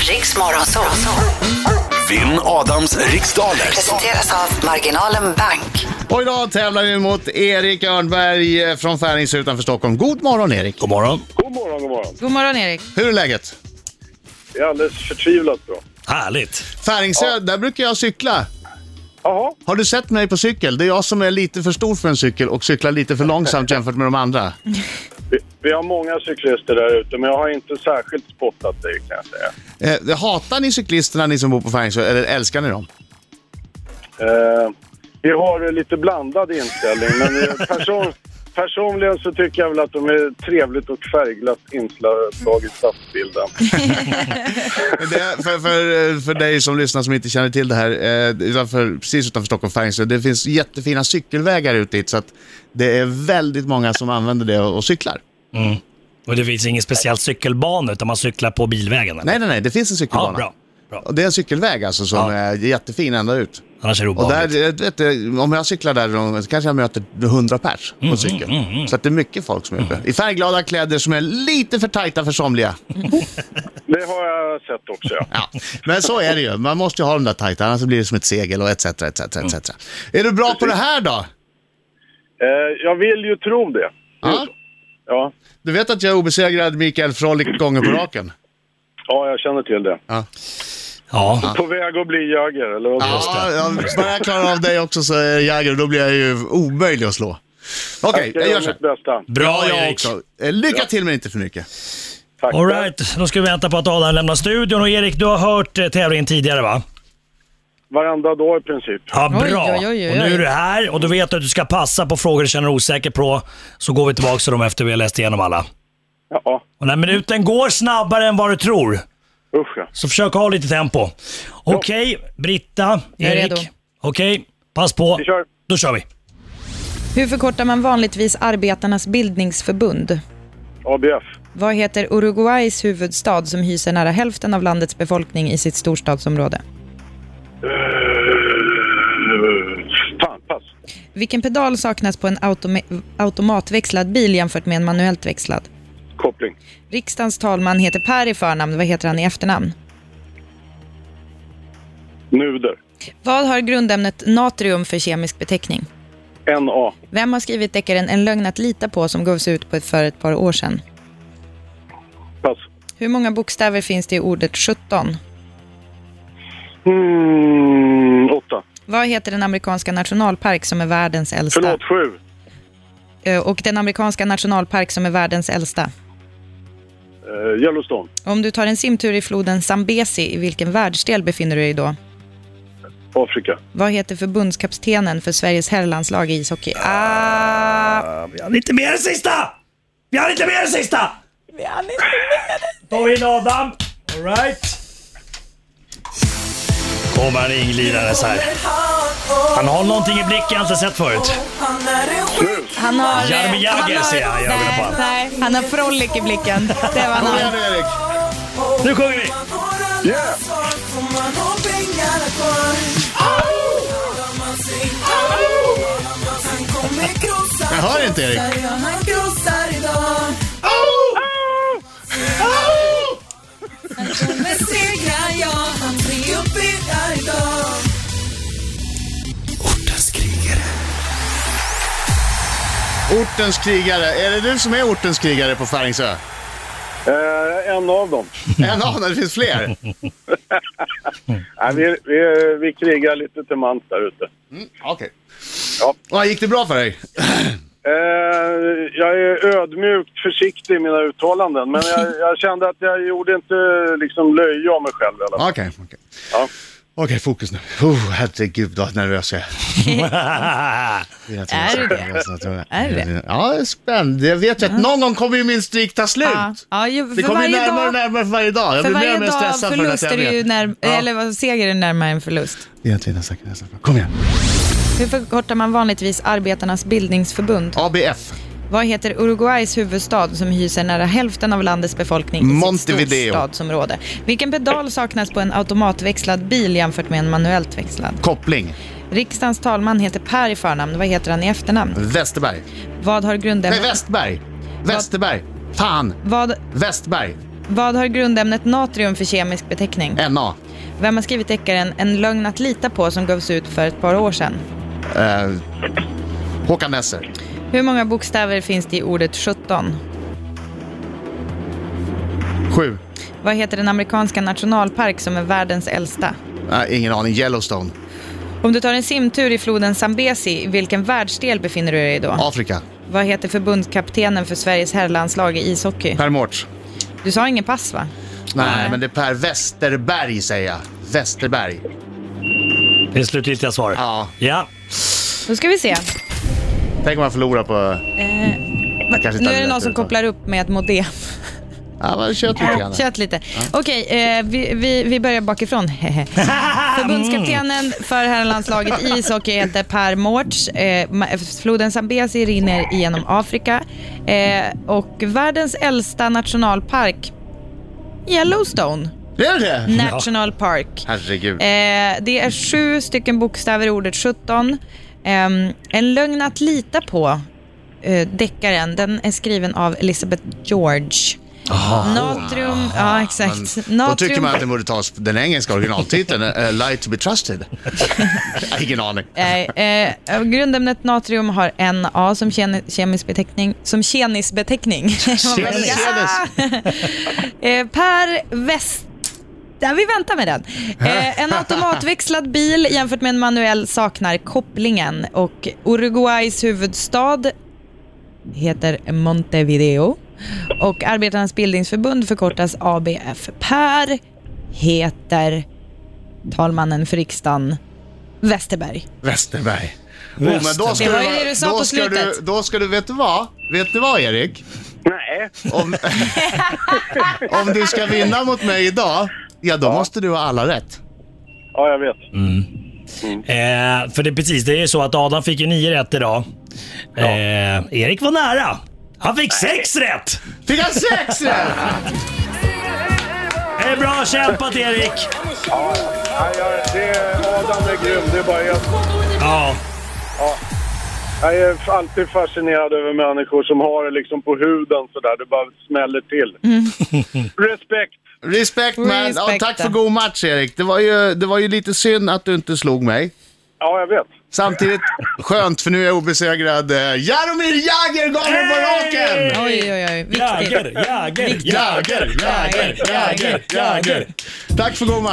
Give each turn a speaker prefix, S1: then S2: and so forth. S1: Riks Morgonzoo.
S2: Vinn Adams riksdaler.
S1: Presenteras av Marginalen Bank.
S3: Och idag tävlar vi mot Erik Örnberg från Färingsö utanför Stockholm. God morgon Erik! God morgon!
S4: God morgon, god morgon.
S5: God morgon Erik.
S3: Hur är läget?
S4: Det är alldeles förtvivlat bra.
S6: Härligt!
S3: Färingsö, där brukar jag cykla.
S4: Jaha,
S3: Har du sett mig på cykel? Det är jag som är lite för stor för en cykel och cyklar lite för långsamt jämfört med de andra.
S4: vi, vi har många cyklister där ute, men jag har inte särskilt spottat dig kan jag säga.
S3: Eh, hatar ni cyklisterna ni som bor på Färingsö eller älskar ni dem?
S4: Eh, vi har lite blandad inställning, men eh, person, personligen så tycker jag väl att de är trevligt och färgglatt inslag i stadsbilden.
S3: Men Det, för, för, eh, för dig som lyssnar som inte känner till det här, eh, utanför, precis utanför Stockholm Färingsö, det finns jättefina cykelvägar ut dit så att det är väldigt många som använder det och och cyklar.
S6: Och det finns ingen speciell cykelbana utan man cyklar på bilvägen? eller?
S3: Nej, nej, nej, det finns en
S6: ja,
S3: cykelbana.
S6: bra. bra.
S3: Och Det är en cykelväg alltså som
S6: Ja.
S3: är jättefin ända ut.
S6: Annars är det
S3: Och där,
S6: obehagligt.
S3: du vet du, om jag cyklar där så kanske jag möter 100 pers
S6: Mm,
S3: på cykel. Så att det är mycket folk som är ute. I färgglada kläder som är lite för tajta för somliga.
S4: Det har jag sett också, ja.
S3: Ja. Men så är det ju. Man måste ju ha de där tajta, annars blir det som ett segel och etc. etc, etc.
S6: Mm.
S3: Är du bra på det här då?
S4: Eh, jag vill ju tro det.
S6: Mm.
S3: Ja?
S4: Ja.
S3: Du vet att jag är obesegrad Mikael Frolik gånger på raken?
S4: ja, jag känner till det.
S6: Ja.
S4: På väg att bli Jäger, eller vad
S3: Ja, ja, bara jag klarar av dig också så är jag Jagger, då blir jag ju omöjlig att slå. Okej, jag
S4: Jag ska
S3: gör
S4: göra
S3: så här.
S4: mitt bästa.
S6: Bra
S3: jag
S6: Erik!
S3: också. Eh, Lycka till men inte för mycket.
S4: Tack.
S6: All right, då ska vi vänta på att Adam lämnar studion. Och Erik, du har hört eh, tävlingen tidigare va?
S4: Varenda dag i princip.
S6: Ja,
S5: Oj,
S6: bra.
S5: oj, oj, oj,
S6: Och nu är
S5: oj.
S6: du här och du vet att du ska passa på frågor du känner dig osäker på. Så går vi tillbaka till dem efter vi har läst igenom alla.
S4: Ja,
S6: Och när minuten går snabbare än vad du tror,
S4: usch ja.
S6: så försök ha lite tempo. Okej, Britta,
S5: Jag är
S6: Erik.
S5: redo.
S6: Okej, pass på.
S4: Vi kör.
S6: Då kör vi.
S5: Hur förkortar man vanligtvis Arbetarnas bildningsförbund?
S4: ABF.
S5: Vad heter Uruguays huvudstad som hyser nära hälften av landets befolkning i sitt storstadsområde?
S4: Fan, pass.
S5: Vilken pedal saknas på en automa- automatväxlad bil jämfört med en manuellt växlad?
S4: Koppling.
S5: Riksdagens talman heter Per i förnamn, vad heter han i efternamn?
S4: Nuder.
S5: Vad har grundämnet natrium för kemisk beteckning?
S4: NA.
S5: Vem har skrivit deckaren En lögn att lita på som gavs ut på ett, för ett par år sedan?
S4: Pass.
S5: Hur många bokstäver finns det i ordet 17?
S4: Mm, åtta.
S5: Vad heter den amerikanska nationalpark som är världens äldsta?
S4: Förlåt, sju.
S5: Eh, Och den amerikanska nationalpark som är världens äldsta.
S4: Eh, Yellowstone.
S5: Om du tar en simtur i floden Zambezi, i vilken världsdel befinner du dig då?
S4: Afrika.
S5: Vad heter förbundskaptenen för Sveriges herrlandslag i ishockey? Ah,
S6: Vi hann inte med den sista! Vi hann inte med den sista! Vi hann inte med den! Ta in Adam. Alright. Kommer han inglidandes här. Han har någonting i blicken jag inte sett förut.
S5: han har...
S6: Jaromir Jagr ser jag i ögonen på honom.
S5: Nej, han har Frolic i blicken. Det var
S3: Kom
S5: han.
S3: igen nu Erik!
S6: Nu sjunger vi!
S4: Yeah!
S3: Jag hör inte Erik. Ortens krigare. Är det du som är ortens krigare på Färingsö?
S4: Eh, en av dem.
S3: En av dem, det finns fler.
S4: Nej, vi, vi, vi krigar lite till mans där ute.
S3: Okej.
S4: Ja.
S3: Ja. Gick det bra för dig?
S4: Eh, jag är ödmjukt försiktig i mina uttalanden, men jag, jag kände att jag gjorde inte liksom löje av mig själv i alla fall.
S3: Okej. Okej,
S4: Ja.
S3: Okej, fokus nu. Oh, herregud vad nervös jag är.
S5: Är du det?
S3: det?
S5: Är du
S3: det? Ja, jag är spänd. Jag vet ju att någon gång kommer ju min streak ta slut.
S5: Ja, ja, ju-
S3: Det
S5: för
S3: kommer ju
S5: varje
S3: närmare och
S5: dag,
S3: närmare för varje dag. Jag
S5: för
S3: blir mer
S5: varje
S3: och mer
S5: dag
S3: stressad för den här
S5: förlust är det ju
S3: tävlingen.
S5: när,
S3: Ja.
S5: eller vad, seger är närmare en förlust.
S3: Egentligen nästan, nästan. Kom igen.
S5: Hur förkortar man vanligtvis Arbetarnas bildningsförbund?
S3: ABF.
S5: Vad heter Uruguays huvudstad som hyser nära hälften av landets befolkning i
S3: Montevideo.
S5: sitt storstadsområde? Vilken pedal saknas på en automatväxlad bil jämfört med en manuellt växlad?
S3: Koppling.
S5: Riksdagens talman heter Per i förnamn. Vad heter han i efternamn?
S3: Västerberg.
S5: Vad har
S3: Nej,
S5: grundämnet...
S3: Västberg. Västerberg. Fan.
S5: Vad,
S3: Västberg.
S5: Vad har grundämnet natrium för kemisk beteckning?
S3: NA.
S5: Vem har skrivit deckaren En lögn att lita på som gavs ut för ett par år sedan?
S3: Eh, Håkan Nesser.
S5: Hur många bokstäver finns det i ordet 17?
S3: 7.
S5: Vad heter den amerikanska nationalpark som är världens äldsta?
S3: ingen aning. Yellowstone.
S5: Om du tar en simtur i floden Zambezi, i vilken världsdel befinner du dig då?
S3: Afrika.
S5: Vad heter förbundskaptenen för Sveriges herrlandslag i ishockey?
S3: Per Mårts.
S5: Du sa ingen pass va?
S3: Nej, men det är Per Westerberg säger jag. Westerberg.
S6: Det är slutgiltiga svar.
S3: Ja.
S6: Ja.
S5: Då ska vi se.
S3: Tänk om man förlorar på... Jag kanske inte hade
S5: Nu är det
S3: rätt
S5: någon som
S3: utan-
S5: kopplar upp med ett modem.
S3: Ja, men kött lite grann.
S5: Kött lite. Okej, eh, vi, vi, vi börjar bakifrån. Förbundskaptenen för herrlandslaget i ishockey heter Per Mårts. Eh, ma- floden Zambezi rinner genom Afrika. Eh, och världens äldsta nationalpark, Yellowstone
S3: Det är det?
S5: National Park.
S3: Herregud. Mm.
S5: Eh, det är sju stycken bokstäver i ordet 17. Ehm, en lögn att lita på, eh, deckaren, den är skriven av Elizabeth George. Natrium, ja exakt.
S3: Då tycker
S5: Natrium,
S3: man att den borde ta den engelska originaltiteln, eh, Lie to be trusted. Jag har Ingen aning.
S5: nej, eh, grundämnet natrium har Na som ken- kemisk beteckning, som kemisk beteckning. Vad var det?
S3: Tjenis.
S5: Eh, per West... Där vi väntar med den. Eh, en automatväxlad bil jämfört med en manuell saknar kopplingen och Uruguays huvudstad heter Montevideo och Arbetarnas bildningsförbund förkortas ABF. Per heter talmannen för riksdagen Westerberg.
S3: Västerberg. Oh, men då ska
S5: Det var
S3: du,
S5: ju det du sa
S3: då
S5: på
S3: ska du,
S5: slutet.
S3: då ska du, vet du vad? Vet du vad Erik?
S4: Nej.
S3: Om, om du ska vinna mot mig idag, ja då måste du ha alla rätt.
S4: Ja, jag vet.
S6: Eh, för det är precis, det är ju så att Adam fick ju nio rätt idag. Eh, Erik var nära. Han fick sex rätt!
S3: Fick han sex rätt?
S6: Det är bra kämpat Erik!
S4: Nej, jag, det är, Adam är grym. Det är bara jag,
S6: Ja,
S4: jag är alltid fascinerad över människor som har det liksom på huden sådär. Det bara smäller till. Respekt!
S3: Respekt man. Ja,
S5: Respekt.
S3: tack för god match Erik. Det var, ju, det var ju lite synd att du inte slog mig.
S4: Ja, jag vet.
S3: Samtidigt skönt för nu är jag obesegrad. Eh, Jaromir Jagr gav mig på
S6: Hey!
S3: raken!
S5: Oj, oj, oj. Viktigt.
S6: Jäger, Jäger, Jäger, Jäger, Jäger, Jäger.
S3: Tack för god match.